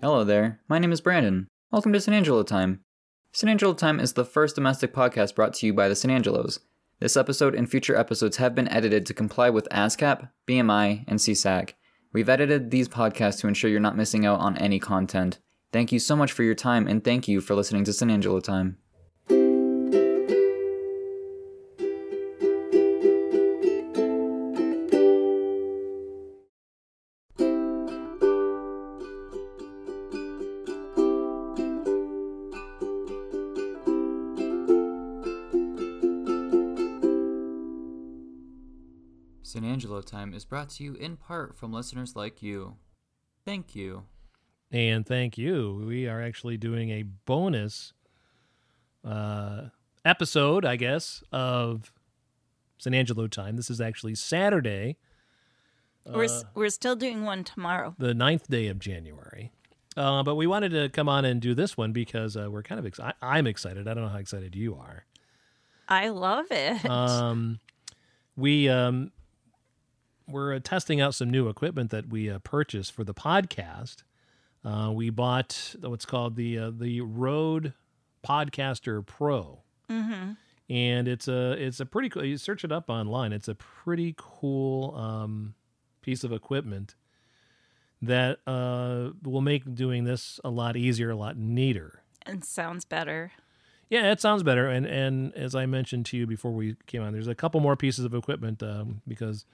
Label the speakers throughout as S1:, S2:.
S1: Hello there. My name is Brandon. Welcome to San Angelo Time. San Angelo Time is the first domestic podcast brought to you by the San Angelos. This episode and future episodes have been edited to comply with ASCAP, BMI, and CSAC. We've edited these podcasts to ensure you're not missing out on any content. Thank you so much for your time, and thank you for listening to San Angelo Time. San Angelo Time is brought to you in part from listeners like you. Thank you.
S2: And thank you. We are actually doing a bonus uh, episode, I guess, of San Angelo time. This is actually Saturday,
S3: We're,
S2: Uh.
S3: s- we're still doing one tomorrow.
S2: the ninth day of January. Uh, but we wanted to come on and do this one because uh, we're kind of ex- I- I'm excited. I don't know how excited you are.
S3: I love it.
S2: Um, we um, we're uh, testing out some new equipment that we uh, purchased for the podcast. Uh, we bought what's called the uh, the Rode Podcaster Pro, mm-hmm. and it's a it's a pretty cool. You search it up online. It's a pretty cool um, piece of equipment that uh, will make doing this a lot easier, a lot neater.
S3: and sounds better.
S2: Yeah, it sounds better. And and as I mentioned to you before we came on, there's a couple more pieces of equipment um, because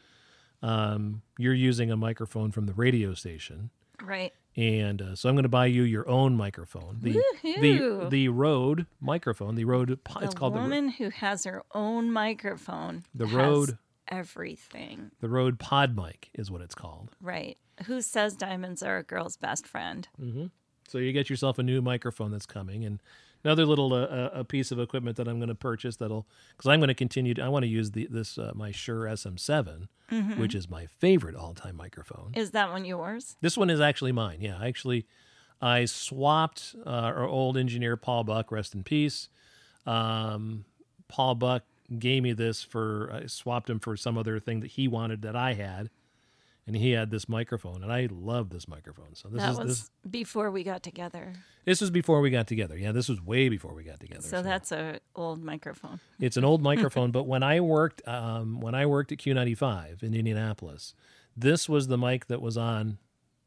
S2: um, you're using a microphone from the radio station,
S3: Right.
S2: and uh, so I'm going to buy you your own microphone, the the
S3: Woohoo!
S2: the Rode microphone, the Rode. po- It's
S3: the
S2: called
S3: woman who has her own microphone.
S2: The
S3: has
S2: road-
S3: Everything.
S2: the the Rode Pod Mic is what it's called.
S3: Right. Who says diamonds are a girl's best friend?
S2: Mm. So you get yourself a new microphone that's coming, and another little uh, uh, a piece of equipment that I'm going to purchase that'll because I'm going to continue. To, I want to use the this uh, my Shure SM7,
S3: Mm-hmm.
S2: which is my favorite all time microphone.
S3: Is that one yours?
S2: This one is actually mine. Yeah, I actually, I swapped uh, our old engineer Paul Buck, rest in peace. Um, Paul Buck gave me this for I swapped him for some other thing that he wanted that I had, and he had this microphone, and I love this microphone. So this
S3: that
S2: is
S3: was
S2: this
S3: before we got together.
S2: this was before we got together. Yeah, this was way before we got together.
S3: So that's a old microphone.
S2: It's an old microphone, but when I worked um, when I worked at Q95 in Indianapolis, this was the mic that was on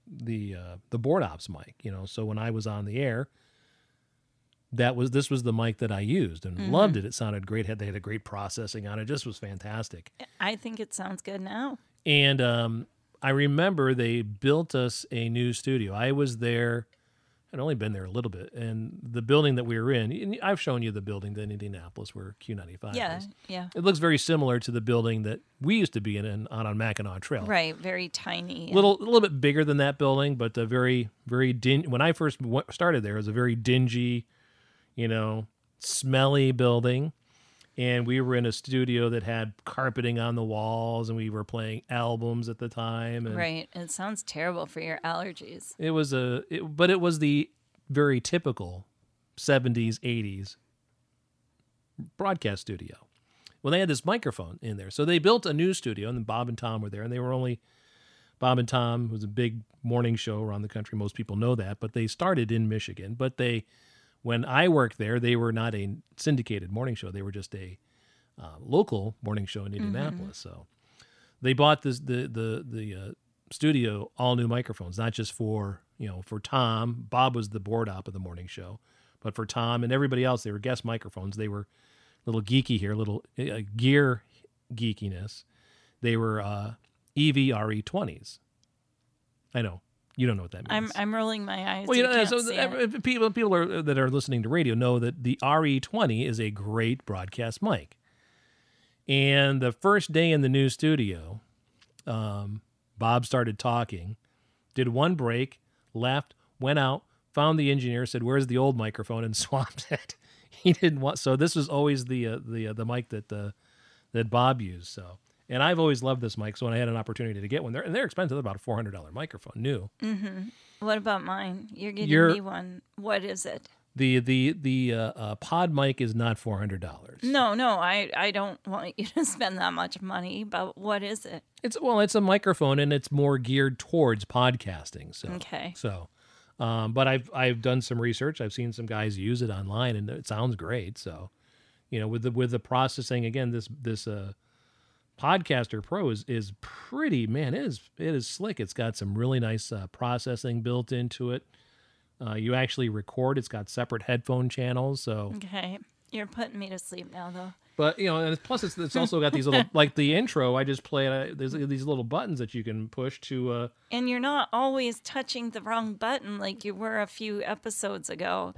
S2: the uh, the board ops mic. You know, so when I was on the air, that was this was the mic that I used and loved it. It sounded great. Had they had a great processing on it. Just was fantastic.
S3: I think it sounds good now.
S2: And um, I remember they built us a new studio. I was there. I'd only been there a little bit, and the building that we were in, and I've shown you the building in Indianapolis where Q95
S3: yeah.
S2: is.
S3: Yeah.
S2: It looks very similar to the building that we used to be in, in on on Mackinac Trail.
S3: Right. Very tiny. and-
S2: Little, a little bit bigger than that building, but a very, very din. When I first w- started there, it was a very dingy, you know, smelly building, and we were in a studio that had carpeting on the walls, and we were playing albums at the time, and
S3: Right. It sounds terrible for your allergies.
S2: it was a, it, but it was the very typical '70s, '80s broadcast studio. Well, they had this microphone in there, so they built a new studio, and then Bob and Tom were there, and they were only Bob and Tom was a big morning show around the country. Most people know that, but they started in Michigan. But they, when I worked there, they were not a syndicated morning show; they were just a uh, local morning show in Indianapolis. So they bought this the the the uh, studio all new microphones, not just for you know for Tom. Bob was the board op of the morning show, but for Tom and everybody else, they were guest microphones. They were a little geeky here, a little uh, gear geekiness. They were uh, EVRE E twenties. I know you don't know what that means.
S3: I'm I'm rolling my eyes.
S2: well, you know,
S3: can't
S2: so
S3: see
S2: ev-
S3: it.
S2: if people people are, that are listening to radio know that the RE20 is a great broadcast mic. And the first day in the new studio, um, Bob started talking, did one break, left, went out, found the engineer, said, "Where's the old microphone?" and swapped it. He didn't want. So this was always the uh, the uh, the mic that uh, that Bob used. So. And I've always loved this mic, so when I had an opportunity to get one, they're, and they're expensive, they're about a four hundred dollar microphone, new.
S3: What about mine? You're getting
S2: You're-
S3: me one. What is it?
S2: The the the uh, uh, pod mic is not four hundred dollars.
S3: No, no, I, I don't want you to spend that much money, but what is it?
S2: It's well, it's a microphone and it's more geared towards podcasting. So
S3: Okay.
S2: so Um, but I've I've done some research. I've seen some guys use it online, and it sounds great. So, you know, with the with the processing again, this this uh, Podcaster Pro is is pretty man. It is it is slick. It's got some really nice uh, processing built into it. Uh, you actually record. It's got separate headphone channels. So,
S3: Okay. You're putting me to sleep now, though.
S2: but you know, and it's, plus it's, it's also got these little like the intro I just played. Uh, there's these little buttons that you can push to. Uh,
S3: And you're not always touching the wrong button like you were a few episodes ago.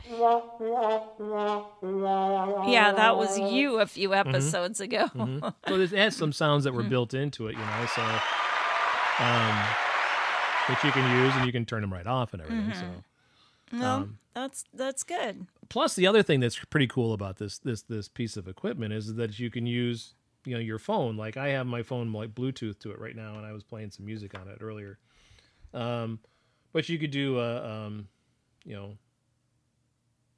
S3: Yeah, that was you a few episodes ago.
S2: so this has some sounds that were built into it, you know, so um, which you can use and you can turn them right off and everything. So
S3: Well, that's that's good.
S2: plus the other thing that's pretty cool about this this this piece of equipment is that you can use you know your phone. Like I have my phone like Bluetooth to it right now, and I was playing some music on it earlier. Um, but you could do uh, um, you know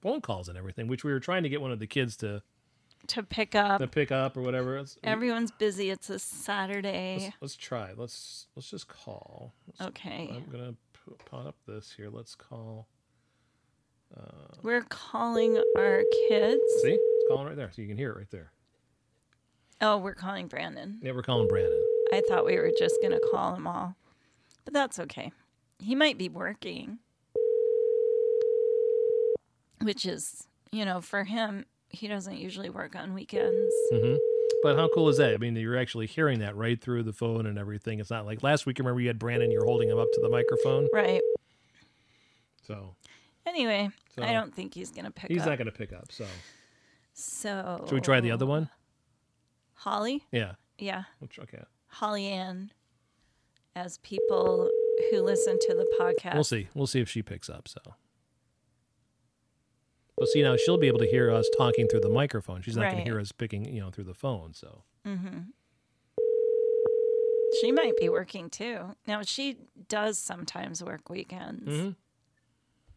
S2: phone calls and everything, which we were trying to get one of the kids to
S3: To pick up.
S2: to pick up or whatever. It's-
S3: Everyone's busy. It's a Saturday.
S2: Let's, let's try. Let's let's just call. Let's-
S3: Okay.
S2: I'm gonna p- put up this here. Let's call.
S3: We're calling our kids.
S2: See, it's calling right there, so you can hear it right there.
S3: Oh, we're calling Brandon.
S2: Yeah, we're calling Brandon.
S3: I thought we were just going to call him all. But that's okay. He might be working. Which is, you know, for him, he doesn't usually work on weekends.
S2: hmm But how cool is that? I mean, you're actually hearing that right through the phone and everything. It's not like last week. Remember, you had Brandon. You're holding him up to the microphone.
S3: Right.
S2: So
S3: Anyway,
S2: So-
S3: I don't think he's going to pick
S2: he's
S3: up.
S2: not gonna pick up. So
S3: so
S2: should we try the other
S3: Oh.
S2: one?
S3: Holly?
S2: Yeah.
S3: Yeah.
S2: We'll try- Okay.
S3: Holly Ann as people who listen to the podcast.
S2: We'll see. We'll see if she picks up. So. But see now she'll be able to hear us talking through the microphone. She's not going to
S3: Right.
S2: hear us picking, you know, through the phone. So
S3: Mm-hmm. She might be working too. Now she does sometimes work weekends.
S2: Mhm.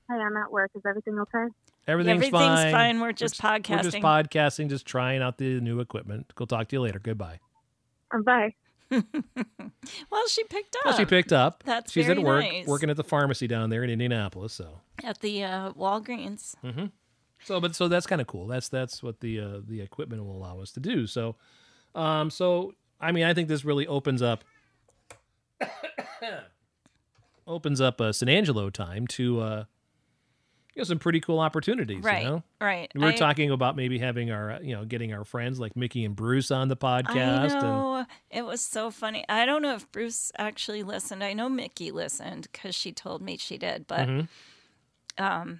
S4: Hey, I'm at work. Is everything okay?
S2: Everything's,
S3: Everything's
S2: fine.
S3: fine. We're just
S2: We're just
S3: podcasting.
S2: podcasting, just trying out the new equipment. We'll talk to you later. Goodbye.
S4: I'm bye.
S3: Well, she picked up
S2: Well, she picked up.
S3: that's
S2: She's
S3: very
S2: at work,
S3: nice.
S2: working at the pharmacy down there in Indianapolis. So,
S3: at the uh, Walgreens.
S2: so, but so that's kind of cool. That's that's what the uh, the equipment will allow us to do. So, um, so I mean, I think this really opens up opens up uh, San Angelo time to uh, you know some pretty cool opportunities.
S3: Right.
S2: You know?
S3: Right.
S2: We were
S3: I-
S2: talking about maybe having our, uh, you know, getting our friends like Mickey and Bruce on the podcast.
S3: I
S2: And,
S3: know. It was so funny. I don't know if Bruce actually listened. I know Mickey listened because she told me she did. But um,
S2: Mm-hmm.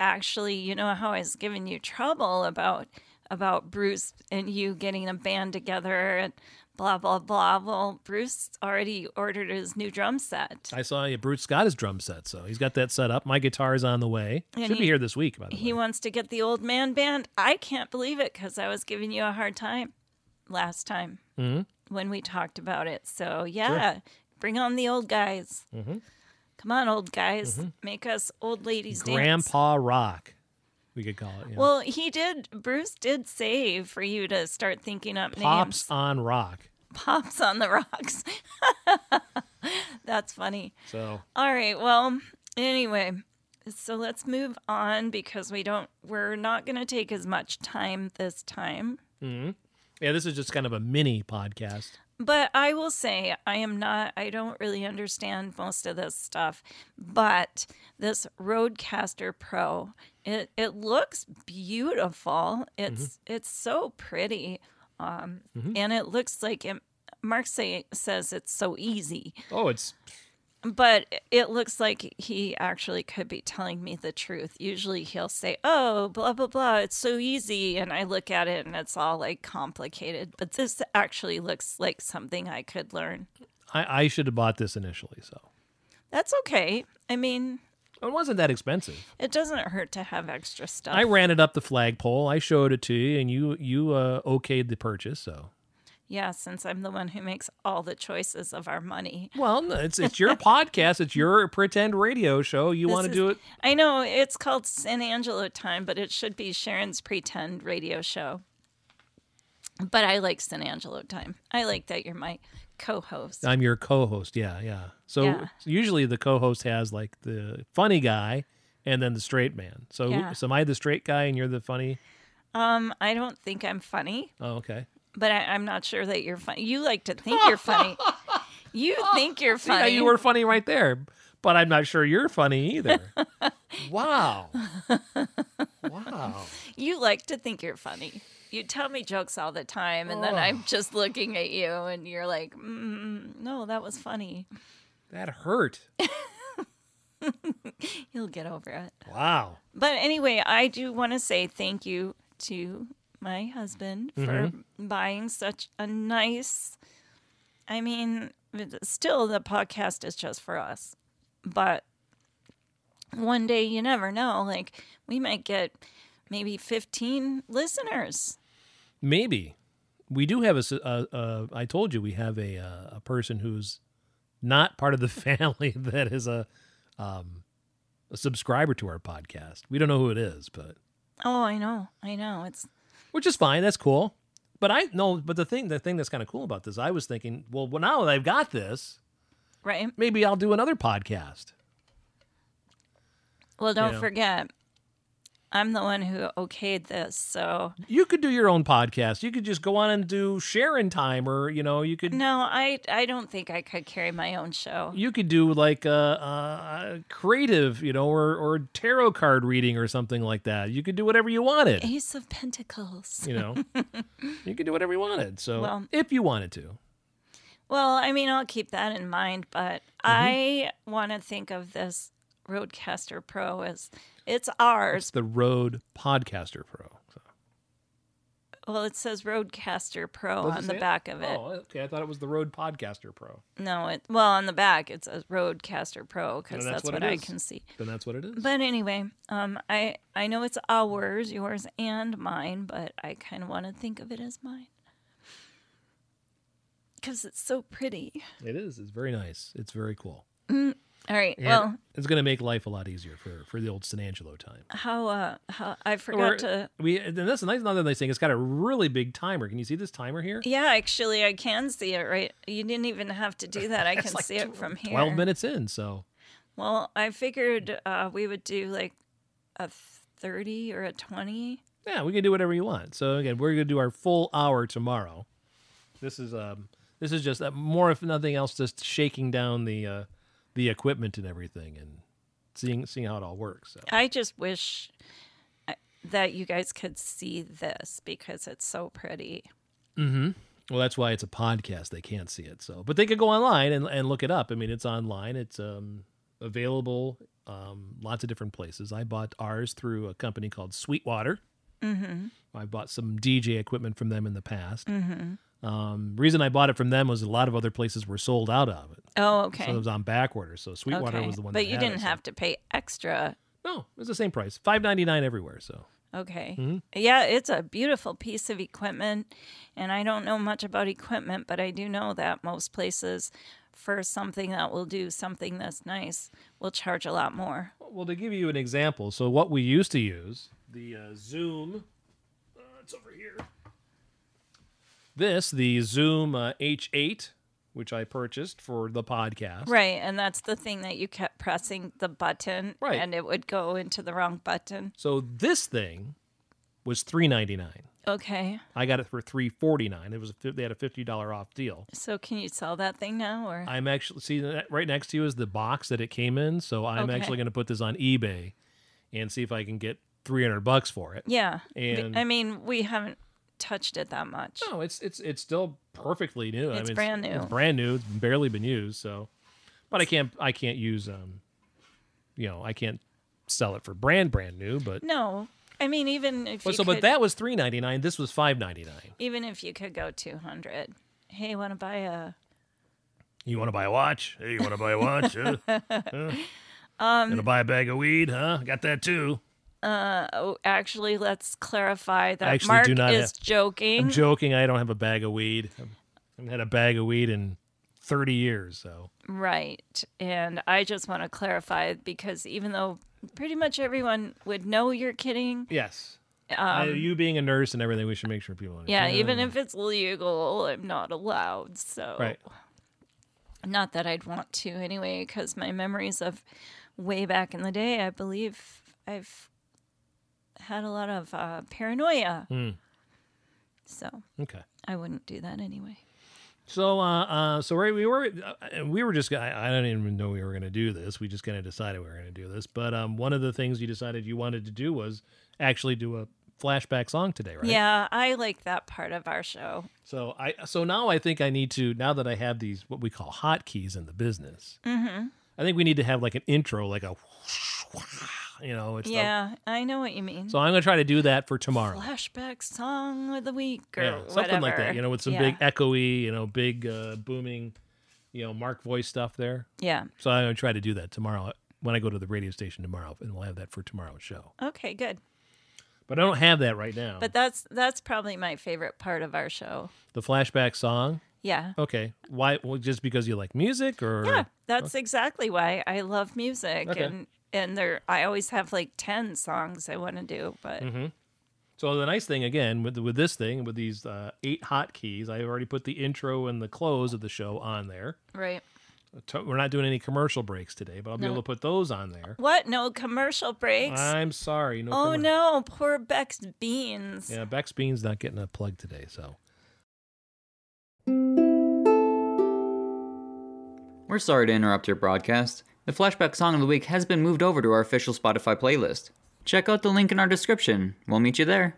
S3: actually, you know how I was giving you trouble about about Bruce and you getting a band together and blah blah blah. Well, Bruce already ordered his new drum set.
S2: I saw yeah, Bruce got his drum set, so he's got that set up. My guitar is on the way.
S3: And
S2: Should be
S3: he-
S2: here this week, by the
S3: He
S2: way.
S3: wants to get the old man band. I can't believe it because I was giving you a hard time last time when we talked about it. So, yeah, bring on the old guys. Come on, old guys. Make us old ladies dance.
S2: Grandpa Rock, we could call it. yeah.
S3: Well, he did. Bruce did say for you to start thinking up
S2: Pops
S3: names.
S2: on Rock.
S3: Pops on the rocks. That's funny.
S2: So
S3: All right. Well, anyway, so let's move on because we don't we're not going to take as much time this time.
S2: yeah, this is just kind of a mini podcast.
S3: But I will say I am not I don't really understand most of this stuff, but this Roadcaster Pro, it it looks beautiful. It's it's so pretty. Um and it looks like it Mark say, says it's so easy.
S2: Oh, it's
S3: But it looks like he actually could be telling me the truth. Usually he'll say, oh, blah, blah, blah, it's so easy. And I look at it and it's all like complicated. But this actually looks like something I could learn.
S2: I, I should have bought this initially. So
S3: That's okay. I mean,
S2: it wasn't that expensive.
S3: it doesn't hurt to have extra stuff.
S2: I ran it up the flagpole. I showed it to you, and you you uh, okayed the purchase. So
S3: yeah, since I'm the one who makes all the choices of our money.
S2: well, no, it's it's your podcast. It's your pretend radio show. You
S3: This
S2: want to
S3: is-
S2: do it?
S3: I know it's called San Angelo time, but it should be Sharon's pretend radio show. But I like San Angelo time. I like that you're my co-host.
S2: I'm your co-host. Yeah, yeah. So
S3: Yeah.
S2: usually the co-host has like the funny guy and then the straight man. So
S3: Yeah.
S2: so am I the straight guy and you're the funny?
S3: Um, I don't think I'm funny,
S2: Oh, okay.
S3: but I, I'm not sure that you're funny. You like to think you're funny. You think you're
S2: See, now
S3: funny.
S2: you were funny right there, but I'm not sure you're funny either. wow. Wow.
S3: You like to think you're funny. You tell me jokes all the time, and then
S2: Oh.
S3: I'm just looking at you, and you're like, mm, "No, that was funny."
S2: That hurt.
S3: You'll get over it.
S2: Wow.
S3: But anyway, I do want to say thank you to my husband for buying such a nice. I mean, it- still the podcast is just for us, but one day you never know. Like we might get maybe 15 listeners.
S2: Maybe we do have a. s- a- a- I told you we have a uh, a person who's not part of the family that is a um, a subscriber to our podcast. We don't know who it is, but
S3: Oh, I know, I know. It's
S2: which is fine. That's cool. But I no. But the thing the thing that's kind of cool about this, I was thinking, well, well, now that I've got this,
S3: right.
S2: maybe I'll do another podcast.
S3: Well, don't
S2: know.
S3: forget, I'm the one who okayed this. So,
S2: You could do your own podcast. You could just go on and do Sharon time, or you know, you could
S3: no, I, I don't think I could carry my own show.
S2: you could do like a, uh creative, you know, or or tarot card reading or something like that. You could do whatever you wanted,
S3: Ace of Pentacles.
S2: you know. you could do whatever you wanted. So
S3: Well-
S2: if you wanted to,
S3: Well, I mean, I'll keep that in mind, but
S2: Mm-hmm.
S3: I want to think of this Roadcaster Pro as it's
S2: it's
S3: ours.
S2: the Rode Podcaster Pro. So-
S3: Well, it says Roadcaster Pro
S2: Oh, Does it
S3: on
S2: say
S3: the back of it.
S2: Oh, okay. I thought it was the Rode Podcaster Pro.
S3: No, it well on the back it says Roadcaster Pro because
S2: No,
S3: that's, what,
S2: it
S3: I
S2: is.
S3: can see.
S2: Then that's what it is.
S3: But anyway, um, I I know it's ours, yours and mine, but I kind of want to think of it as mine because it's so pretty.
S2: it is. It's very nice. It's very cool.
S3: All right.
S2: And
S3: Well,
S2: it's going to make life a lot easier for for the old San Angelo time.
S3: how uh, how I forgot
S2: Or-
S3: to.
S2: We and that's another- another nice thing. It's got a really big timer. Can you see this timer here?
S3: Yeah, actually, I can see it. Right, you didn't even have to do that. I can
S2: like
S3: see it from here.
S2: Twelve minutes in, so
S3: Well, I figured uh, we would do like a thirty or a twenty.
S2: Yeah, we can do whatever you want. So again, we're gonna do our full hour tomorrow. This is um, this is just uh, more if nothing else, just shaking down the uh, the equipment and everything and seeing seeing how it all works. So.
S3: I just wish I- that you guys could see this because it's so pretty.
S2: Mm-hmm. Well, that's why it's a podcast. They can't see it, so but they could go online and, and look it up. I mean, it's online. It's um available um lots of different places. I bought ours through a company called Sweetwater. Mm-hmm. I bought some DJ equipment from them in the past. Mm-hmm. Um, reason I bought it from them was a lot of other places were sold out of it.
S3: Oh, okay.
S2: So it was on back order. So Sweetwater
S3: okay.
S2: was the one.
S3: but
S2: that
S3: you
S2: had
S3: didn't
S2: it, so-
S3: have to pay extra.
S2: No, it was the same price, five ninety nine everywhere. So
S3: Okay.
S2: Mm-hmm.
S3: Yeah, it's a beautiful piece of equipment. And I don't know much about equipment, but I do know that most places for something that will do something that's nice will charge a lot more.
S2: Well, to give you an example, so what we used to use the uh, Zoom, uh, it's over here. This the Zoom uh, H8, which I purchased for the podcast.
S3: Right. And that's the thing that you kept pressing the button
S2: Right.
S3: and it would go into the wrong button.
S2: So this thing was three ninety nine.
S3: Okay.
S2: I got it for three forty nine. It was a, fif- they had a fifty dollar off deal.
S3: So can you sell that thing now or
S2: I'm actually see that right next to you is the box that it came in. So I'm
S3: Okay.
S2: actually going to put this on eBay and see if I can get three hundred bucks for it.
S3: Yeah. B-
S2: And- Oh.
S3: I mean, we haven't touched it that much.
S2: No, it's it's it's still perfectly new. I
S3: It's
S2: mean,
S3: brand
S2: It's
S3: new.
S2: brand new. It's barely been used. So, but I can't I can't use um, you know, I can't sell it for brand brand new. But
S3: No. I mean, even if
S2: but
S3: you
S2: so
S3: could,
S2: but that was three ninety nine. This was five ninety nine.
S3: even if you could go 200 hey want to buy a
S2: You want to buy a watch? Hey, you want to buy a watch? Huh? Um, gonna buy a bag of weed? Huh? Got that too.
S3: oh actually let's clarify that
S2: I actually
S3: mark
S2: do not
S3: is
S2: have-
S3: joking
S2: I'm joking. I don't have a bag of weed. I haven't had a bag of weed in thirty years. So
S3: right and i just want to clarify because even though pretty much everyone would know you're kidding
S2: yes. I- you being a nurse and everything, we should make sure people.
S3: Um, yeah
S2: understand.
S3: even if it's legal i'm not allowed so
S2: Right.
S3: Not that I'd want to anyway, because my memories of way back in the day, I believe I've had a lot of uh, paranoia.
S2: Hmm.
S3: So
S2: Okay.
S3: I wouldn't do that anyway.
S2: So, uh, uh, so right, we were, uh, we were just, gonna- I, I don't even know we were going to do this. We just kind of decided we were going to do this. But um, one of the things you decided you wanted to do was actually do a flashback song today, right?
S3: Yeah, I like that part of our show.
S2: So I, so now I think I need to, now that I have these what we call hotkeys in the business,
S3: Mm-hmm.
S2: I think we need to have like an intro, like a, you know, it's the-
S3: Yeah, I know what you mean.
S2: so I'm going to try to do that for tomorrow.
S3: Flashback song of the week or
S2: yeah, something like that,
S3: whatever.
S2: you know, with some
S3: yeah.
S2: big echoey, you know, big uh, booming, you know, Mark voice stuff there.
S3: Yeah.
S2: So I'm gonna try to do that tomorrow uh, when I go to the radio station tomorrow, and we'll have that for tomorrow's show.
S3: Okay, good.
S2: But I don't have that right now.
S3: But that's that's probably my favorite part of our show.
S2: the flashback song,
S3: Yeah.
S2: okay. Why? Well, just because you like music, or
S3: Yeah, that's exactly why I love music
S2: Okay.
S3: and and there I always have like 10 songs I want to do,
S2: Hmm.
S3: but
S2: So the nice thing again with with this thing with these uh, eight hotkeys, I already put the intro and the close of the show on there.
S3: right.
S2: To- We're not doing any commercial breaks today, but I'll be
S3: No.
S2: able to put those on there.
S3: What? No commercial breaks?
S2: I'm sorry. No.
S3: oh
S2: commer-
S3: no, poor Beck's beans.
S2: Yeah, Bex Bean's not getting a plug today, so
S1: We're sorry to interrupt your broadcast. The flashback song of the week has been moved over to our official Spotify playlist. Check out the link in our description. We'll meet you there.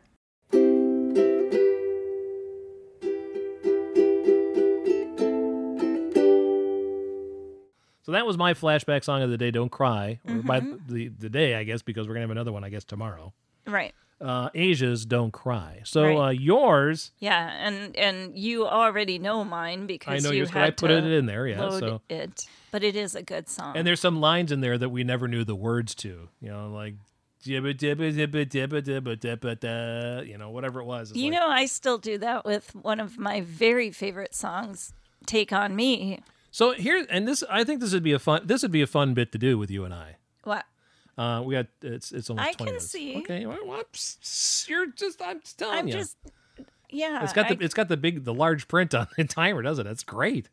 S2: So that was my flashback song of the day, Don't Cry, or by
S3: Mm-hmm.
S2: the, the day, I guess, because we're going to have another one, I guess, tomorrow.
S3: Right.
S2: Uh, Asia's Don't Cry. So
S3: Right.
S2: uh, yours,
S3: Yeah, and and you already know mine
S2: I
S3: because
S2: know
S3: you
S2: yours, 'cause
S3: had
S2: I put
S3: to
S2: it in there, yeah.
S3: load
S2: So.
S3: it. But it is a good song.
S2: And there's some lines in there that we never knew the words to, you know, like, jibba dibba dibba dibba dibba dibba da, you know, whatever it was. It's
S3: you
S2: like-
S3: know, I still do that with one of my very favorite songs, Take on Me.
S2: So here, and this, I think this would be a fun, this would be a fun bit to do with you and I.
S3: What?
S2: Uh, we got, it's, it's only
S3: I
S2: 20
S3: can
S2: minutes.
S3: see.
S2: Okay. Well, well, psst, you're just, I'm just telling
S3: I'm
S2: you.
S3: just yeah.
S2: Oh, It's got the
S3: Uh, I-
S2: it's got the big the large print on the timer, doesn't it? That's great.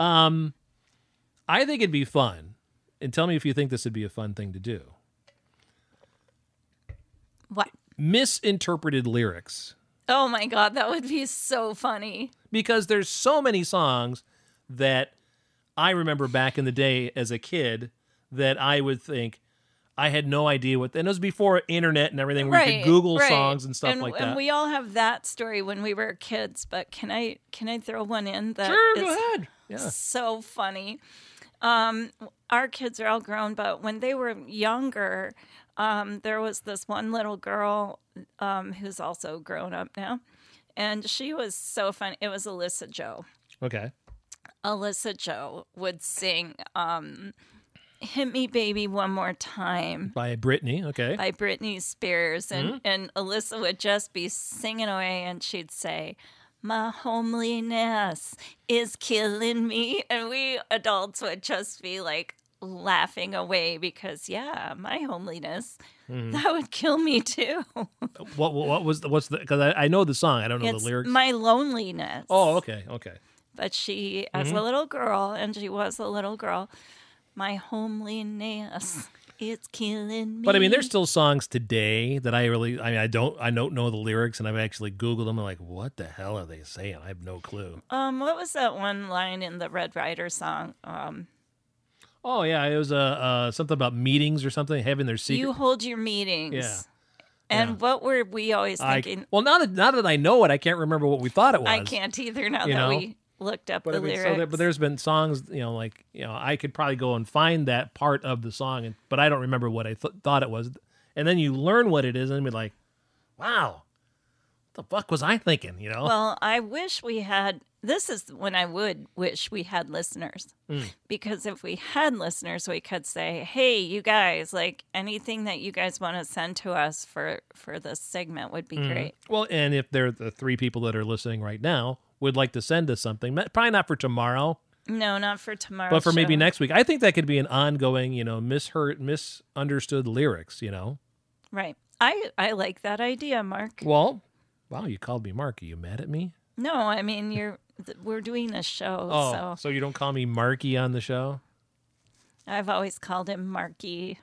S2: Um, I think it'd be fun, and tell me if you think this would be a fun thing to do.
S3: what?
S2: Misinterpreted lyrics,
S3: Oh my god, that would be so funny.
S2: because there's so many songs that I remember back in the day as a kid that I would think I had no idea what. And it was before internet and everything, where you could Google
S3: right.
S2: songs and stuff like
S3: And
S2: that.
S3: we all have that story when we were kids, but can I can I throw one in that
S2: sure, go
S3: is
S2: ahead. Yeah.
S3: so funny. Um, our kids are all grown, but when they were younger, um, there was this one little girl um, who's also grown up now, and she was so fun. It was Alyssa Joe.
S2: Okay.
S3: Alyssa Joe would sing um, "Hit Me, Baby, One More Time."
S2: By Britney. Okay.
S3: by Britney Spears,
S2: Mm-hmm.
S3: and, and Alyssa would just be singing away, and she'd say, "My homeliness is killing me," and we adults would just be like laughing away because, yeah, my homeliness
S2: Mm-hmm.
S3: that would kill me too.
S2: What what was the, what's the? Because I, I know the song. I don't know
S3: it's
S2: the lyrics.
S3: my loneliness.
S2: Oh, okay, Mm-hmm. okay.
S3: but she, as a little girl, and she was a little girl, my homeliness. It's killing me.
S2: But I mean, there's still songs today that I really, I mean, I don't, I don't know the lyrics, and I've actually Googled them. I'm like, what the hell are they saying? I have no clue.
S3: Um, what was that one line in the Red Rider song? Um,
S2: Oh yeah, it was uh, uh something about meetings or something, having their secret.
S3: you hold your meetings.
S2: Yeah.
S3: And
S2: Yeah.
S3: what were we always
S2: I,
S3: thinking?
S2: well, now that now that I know it, I can't remember what we thought it was.
S3: I, can't either now
S2: you
S3: that
S2: know?
S3: we looked up
S2: But
S3: the
S2: I mean, so
S3: lyrics.
S2: there, but there's been songs, you know, like you know, I could probably go and find that part of the song, and but I don't remember what I th- thought it was. And then you learn what it is, and be like, wow, what the fuck was I thinking? You know.
S3: well, I wish we had. This is when I would wish we had listeners.
S2: Hmm.
S3: Because if we had listeners, we could say, hey, you guys, like anything that you guys want to send to us for, for this segment would be
S2: Hmm.
S3: great.
S2: Well, and if there are the three people that are listening right now would like to send us something, ma- probably not for tomorrow,
S3: No, not for tomorrow.
S2: but for maybe next week. I think that could be an ongoing, you know, misheard, misunderstood lyrics. You know.
S3: Right. I, I like that idea, Mark.
S2: Well, wow, you called me Mark. Are you mad at me?
S3: No, I mean you're th- we're doing a show,
S2: Oh, so.
S3: so
S2: you don't call me Marky on the show?
S3: I've always called him Marky.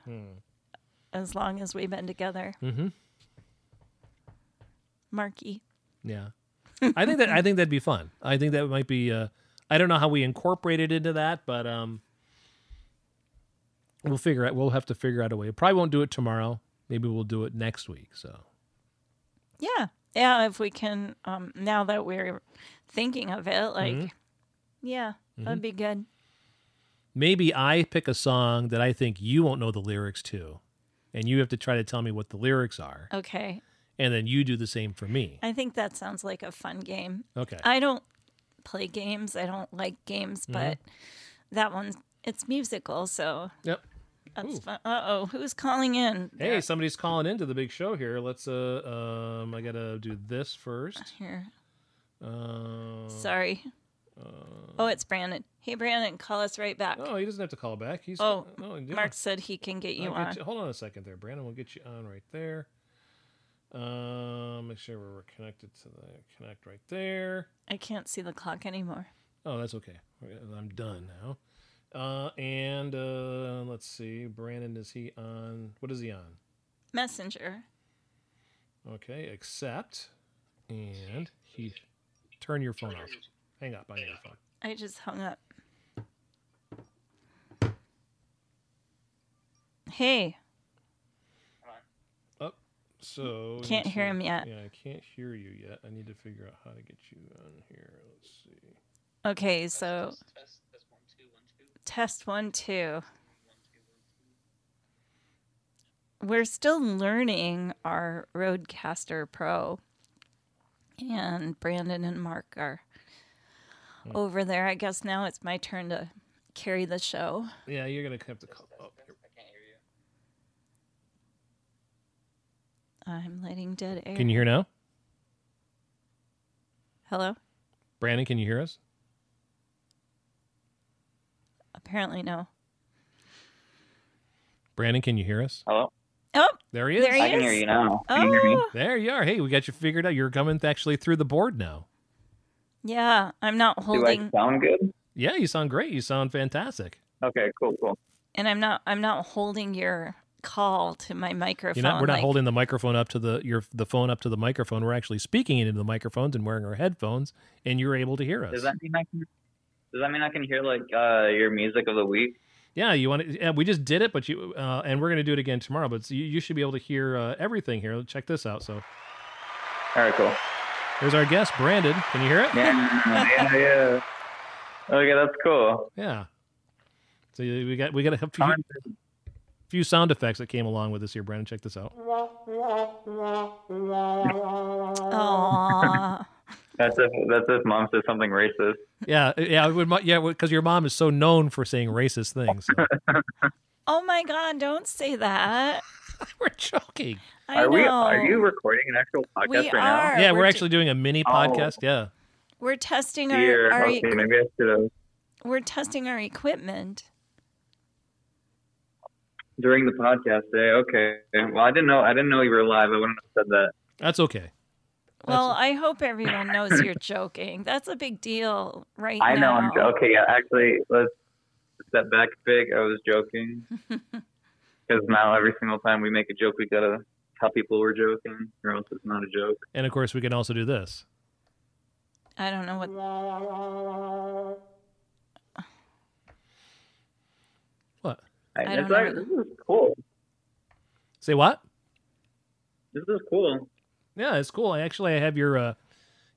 S3: As long as we've been together,
S2: Hmm. Mm-hmm.
S3: Marky.
S2: Yeah, I think that I think that'd be fun. I think that might be. Uh, I don't know how we incorporate it into that, but um, we'll figure out. We'll have to figure out a way. Probably won't do it tomorrow. Maybe we'll do it next week. So
S3: Yeah, yeah. If we can, um, now that we're thinking of it, like,
S2: Mm-hmm.
S3: yeah, that'd be good.
S2: maybe I pick a song that I think you won't know the lyrics to, and you have to try to tell me what the lyrics are,
S3: Okay,
S2: and then you do the same for me.
S3: I think that sounds like a fun game.
S2: Okay.
S3: I don't play games. I don't like games,
S2: Mm-hmm.
S3: but that one's it's musical, so
S2: Yep.
S3: that's
S2: Ooh.
S3: fun. Uh oh, who's calling in?
S2: Hey, somebody's calling into the big show here. Let's uh um I gotta do this first.
S3: here.
S2: Uh,
S3: Sorry. oh, it's Brandon. Hey, Brandon, call us right back.
S2: No, he doesn't have to call back. He's
S3: Oh,
S2: no, Oh, yeah.
S3: Mark said he can get you
S2: I'll
S3: on.
S2: get you- hold on a second there, Brandon. We'll get you on right there. Um, make sure we're connected to the connect right there.
S3: I can't see the clock anymore.
S2: Oh, that's okay. I'm done now. Uh, and uh, let's see, Brandon is he on? What is he on?
S3: Messenger.
S2: Okay, accept. And he turn your phone off. Hang up on your phone.
S3: I just hung up. Hey,
S2: So
S3: Can't
S2: let's
S3: hear
S2: see.
S3: him yet.
S2: Yeah, I can't hear you yet. I need to figure out how to get you on here. Let's see.
S3: okay, so test one, two. We're still learning our Roadcaster Pro, and Brandon and Mark are
S2: Hmm.
S3: over there. I guess now it's my turn to carry the show.
S2: Yeah, you're gonna have to call. Oh, here-
S3: I'm letting dead air.
S2: can you hear now,
S3: Hello?
S2: Brandon? Can you hear us?
S3: Apparently, no.
S2: Brandon, can you hear us?
S5: Hello?
S3: Oh,
S2: There he is.
S3: There he
S5: I can
S3: is.
S5: hear you now. Can you hear me?
S3: oh,
S2: There you are. Hey, we got you figured out. You're coming actually through the board now.
S3: yeah. I'm not
S5: Do I
S3: Oh, holding,
S5: sound good?
S2: Yeah, you sound great. You sound fantastic.
S5: Okay, cool, cool.
S3: and I'm not, I'm not holding your call to my microphone.
S2: You're not, we're not
S3: like-
S2: holding the microphone up to the your the phone up to the microphone. We're actually speaking into the microphones and wearing our headphones, and you're able to hear us.
S5: Does that mean I can? Does that mean I can hear like uh, your music of the week?
S2: yeah, you want to? Yeah, we just did it, but you uh, and we're going to do it again tomorrow. But it's- you, you should be able to hear uh, everything here. Check this out. So
S5: All right, cool.
S2: there's our guest, Brandon. Can you hear it?
S5: Yeah, yeah, yeah. Okay, that's cool.
S2: Yeah. So you- we got we got a few,
S5: I'm-
S2: few sound effects that came along with this here, Brandon. Check this out.
S3: Aw.
S5: That's if that's if mom says something racist.
S2: Yeah, yeah, it would, mu- yeah, because your mom is so known for saying racist things. So.
S3: oh my God, don't say that.
S2: we're joking.
S3: I
S5: Are
S3: know.
S5: we? Are you recording an actual podcast
S3: We
S5: right now?
S3: are.
S2: Yeah, we're
S3: t-
S2: actually doing a mini
S5: Oh.
S2: podcast. Yeah.
S3: We're testing our,
S5: Dear,
S3: our
S5: okay,
S3: e-
S5: maybe I should have
S3: we're testing our equipment.
S5: during the podcast day. Okay. Well, I didn't know. I didn't know you were live. I wouldn't have said that.
S2: That's okay.
S3: Well, I hope everyone knows you're joking. That's a big deal, right?
S5: I know.
S3: now.
S5: I'm okay. Yeah, actually, let's step back big. I was joking because now every single time we make a joke, we gotta tell people we're joking, or else it's not a joke.
S2: And of course, we can also do this.
S3: I don't know what.
S2: What?
S5: I,
S3: don't
S5: it's
S3: know.
S5: like- This is cool.
S2: Say what?
S5: This is cool.
S2: Yeah, it's cool. I actually I have your uh,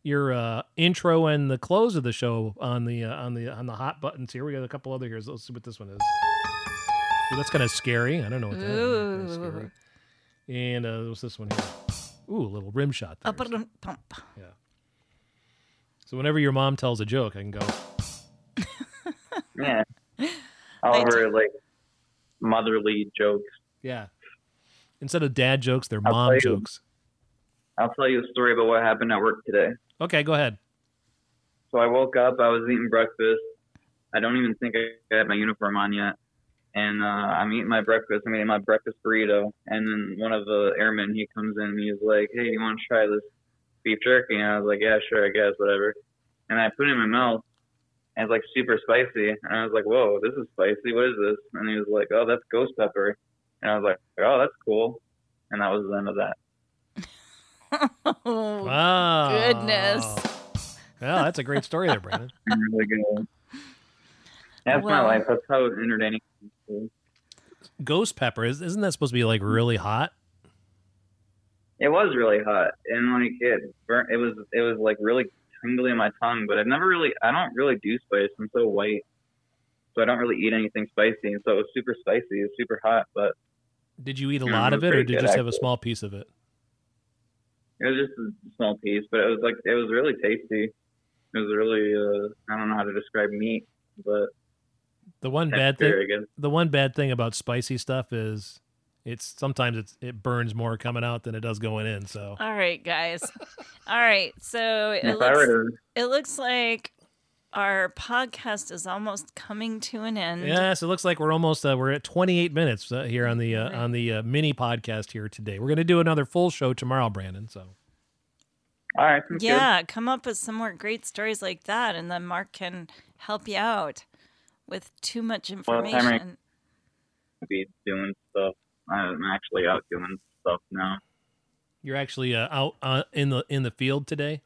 S2: your uh, intro and the close of the show on the uh, on the on the hot buttons here. We got a couple other here. Let's see what this one is. Ooh, that's kind of scary. I don't know what that is. Kinda
S3: Ooh.
S2: scary. And uh, what's this one here? Ooh, a little rim shot. There.
S3: Up-a-dum-pump.
S2: So whenever your mom tells a joke, I can go.
S5: Yeah.
S3: I
S5: Oliver like motherly jokes.
S2: Yeah. Instead of dad jokes, they're
S5: I'll
S2: mom
S5: play-
S2: jokes.
S5: I'll tell you a story about what happened at work today.
S2: Okay, go ahead.
S5: So I woke up, I was eating breakfast. I don't even think I had my uniform on yet. And uh, I'm eating my breakfast. I'm eating my breakfast burrito. And then one of the airmen, he comes in and he's like, hey, you want to try this beef jerky? And I was like, yeah, sure, I guess, whatever. and I put it in my mouth, and it's like super spicy. And I was like, "Whoa, this is spicy! What is this?" And he was like, "Oh, that's ghost pepper." And I was like, "Oh, that's cool." And that was the end of that.
S3: Oh,
S2: Wow.
S3: goodness.
S2: Well, that's a great story there, Brandon.
S5: And I'm like, "Oh." That's
S3: Wow.
S5: my life. That's how entertaining.
S2: Ghost pepper is- isn't that supposed to be like really hot?
S5: It was really hot, and like it burnt. It was it was like really tingly in my tongue. But I've never really. I don't really do spice. I'm so white, so I don't really eat anything spicy. And so it was super spicy. It was super hot, but
S2: Did you eat a
S5: Yeah,
S2: lot
S5: it
S2: of
S5: was
S2: it, or
S5: Mm-hmm. pretty
S2: did you
S5: good,
S2: just have a
S5: actually.
S2: small piece of it?
S5: It was just a small piece, but it was like it was really tasty. It was really uh, I don't know how to describe meat, but
S2: The one bad thing,
S5: texture, I guess.
S2: the one bad thing about spicy stuff is it's sometimes it's, it burns more coming out than it does going in. So
S3: All right, guys. All right. So it
S5: If I were
S3: looks,
S5: to,
S3: it looks like our podcast is almost coming to an end.
S2: yes, it looks like we're almost uh, we're at 28 minutes uh, here on the uh,
S3: Right.
S2: on the uh, mini podcast here today. We're gonna do another full show tomorrow, Brandon. So
S5: all right, sounds good.
S3: Yeah, come up with some more great stories like that, and then Mark can help you out with too much
S5: Well,
S3: information.
S5: Henry- I'll be doing stuff. I'm actually out doing stuff now.
S2: you're actually uh, out uh, in the in the field today.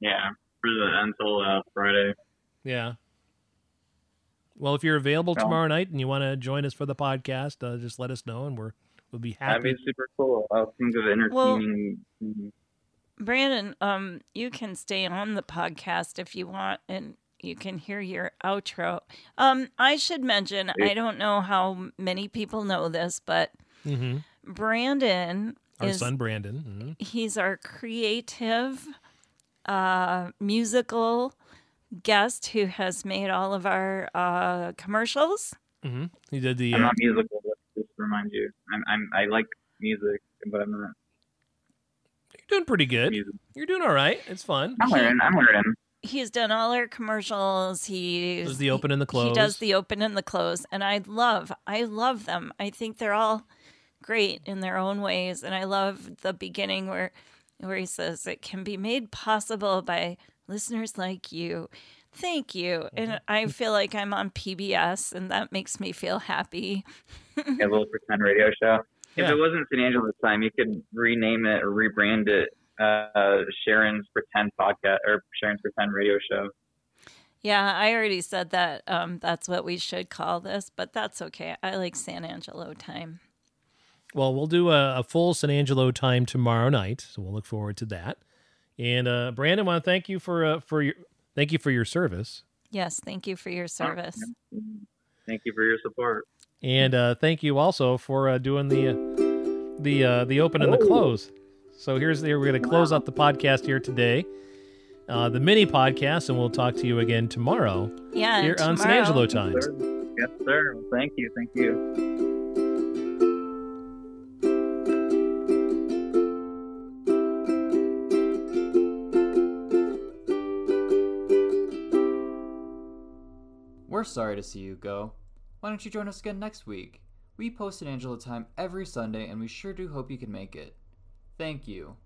S5: Yeah, for the until uh, Friday.
S2: Yeah. Well, if you're available
S5: Yeah.
S2: tomorrow night and you want to join us for the podcast, uh, just let us know, and we're we'll be
S5: That'd
S2: happy.
S5: be super cool. I'll think of entertaining.
S3: Brandon, um, you can stay on the podcast if you want, and you can hear your outro. Um, I should mention,
S5: Yeah.
S3: I don't know how many people know this, but
S2: hmm
S3: Brandon
S2: Our
S3: is
S2: son Brandon. hmm
S3: he's our creative uh, musical guest who has made all of our uh, commercials.
S2: hmm He did the
S5: I'm
S2: uh,
S5: not musical. let's Just to remind you, I'm, I'm I like music, but I'm not
S2: You're doing pretty good.
S5: music.
S2: You're doing all right. It's fun.
S5: I'm learning. I'm learning.
S3: He's done all our commercials. He's
S2: Does the open and the close.
S3: He does the open and the close, and I love, I love them. I think they're all great in their own ways, and I love the beginning where, where he says it can be made possible by listeners like you. Thank you,
S2: Mm-hmm.
S3: and I feel like I'm on PBS, and that makes me feel happy.
S5: a little pretend radio show. If
S2: Mm-hmm. Yeah.
S5: it wasn't San Angela's time, you could rename it or rebrand it uh, Sharon's Pretend Podcast or Sharon's Pretend Radio Show.
S3: Yeah, I already said that. Um, that's what we should call this, but that's okay. I like San Angelo time.
S2: Well, we'll do a, a full San Angelo time tomorrow night, so we'll look forward to that. And uh, Brandon, want to thank you for uh, for your thank you for your service,
S3: Yes, thank you for your service.
S5: Thank you for your support.
S2: and uh, thank you also for uh, doing the uh, the uh, the open and the close. So here's here we're going to close out the podcast here today, uh, the mini podcast, and we'll talk to you again tomorrow
S3: Yeah,
S2: here on San
S3: Uh, tomorrow-
S2: Angelo times.
S5: Sir? Yes, sir. Well, Thank you. Thank you.
S1: We're sorry to see you go. Why don't you join us again next week? We post an Angela Time every Sunday, and we sure do hope you can make it. Thank you.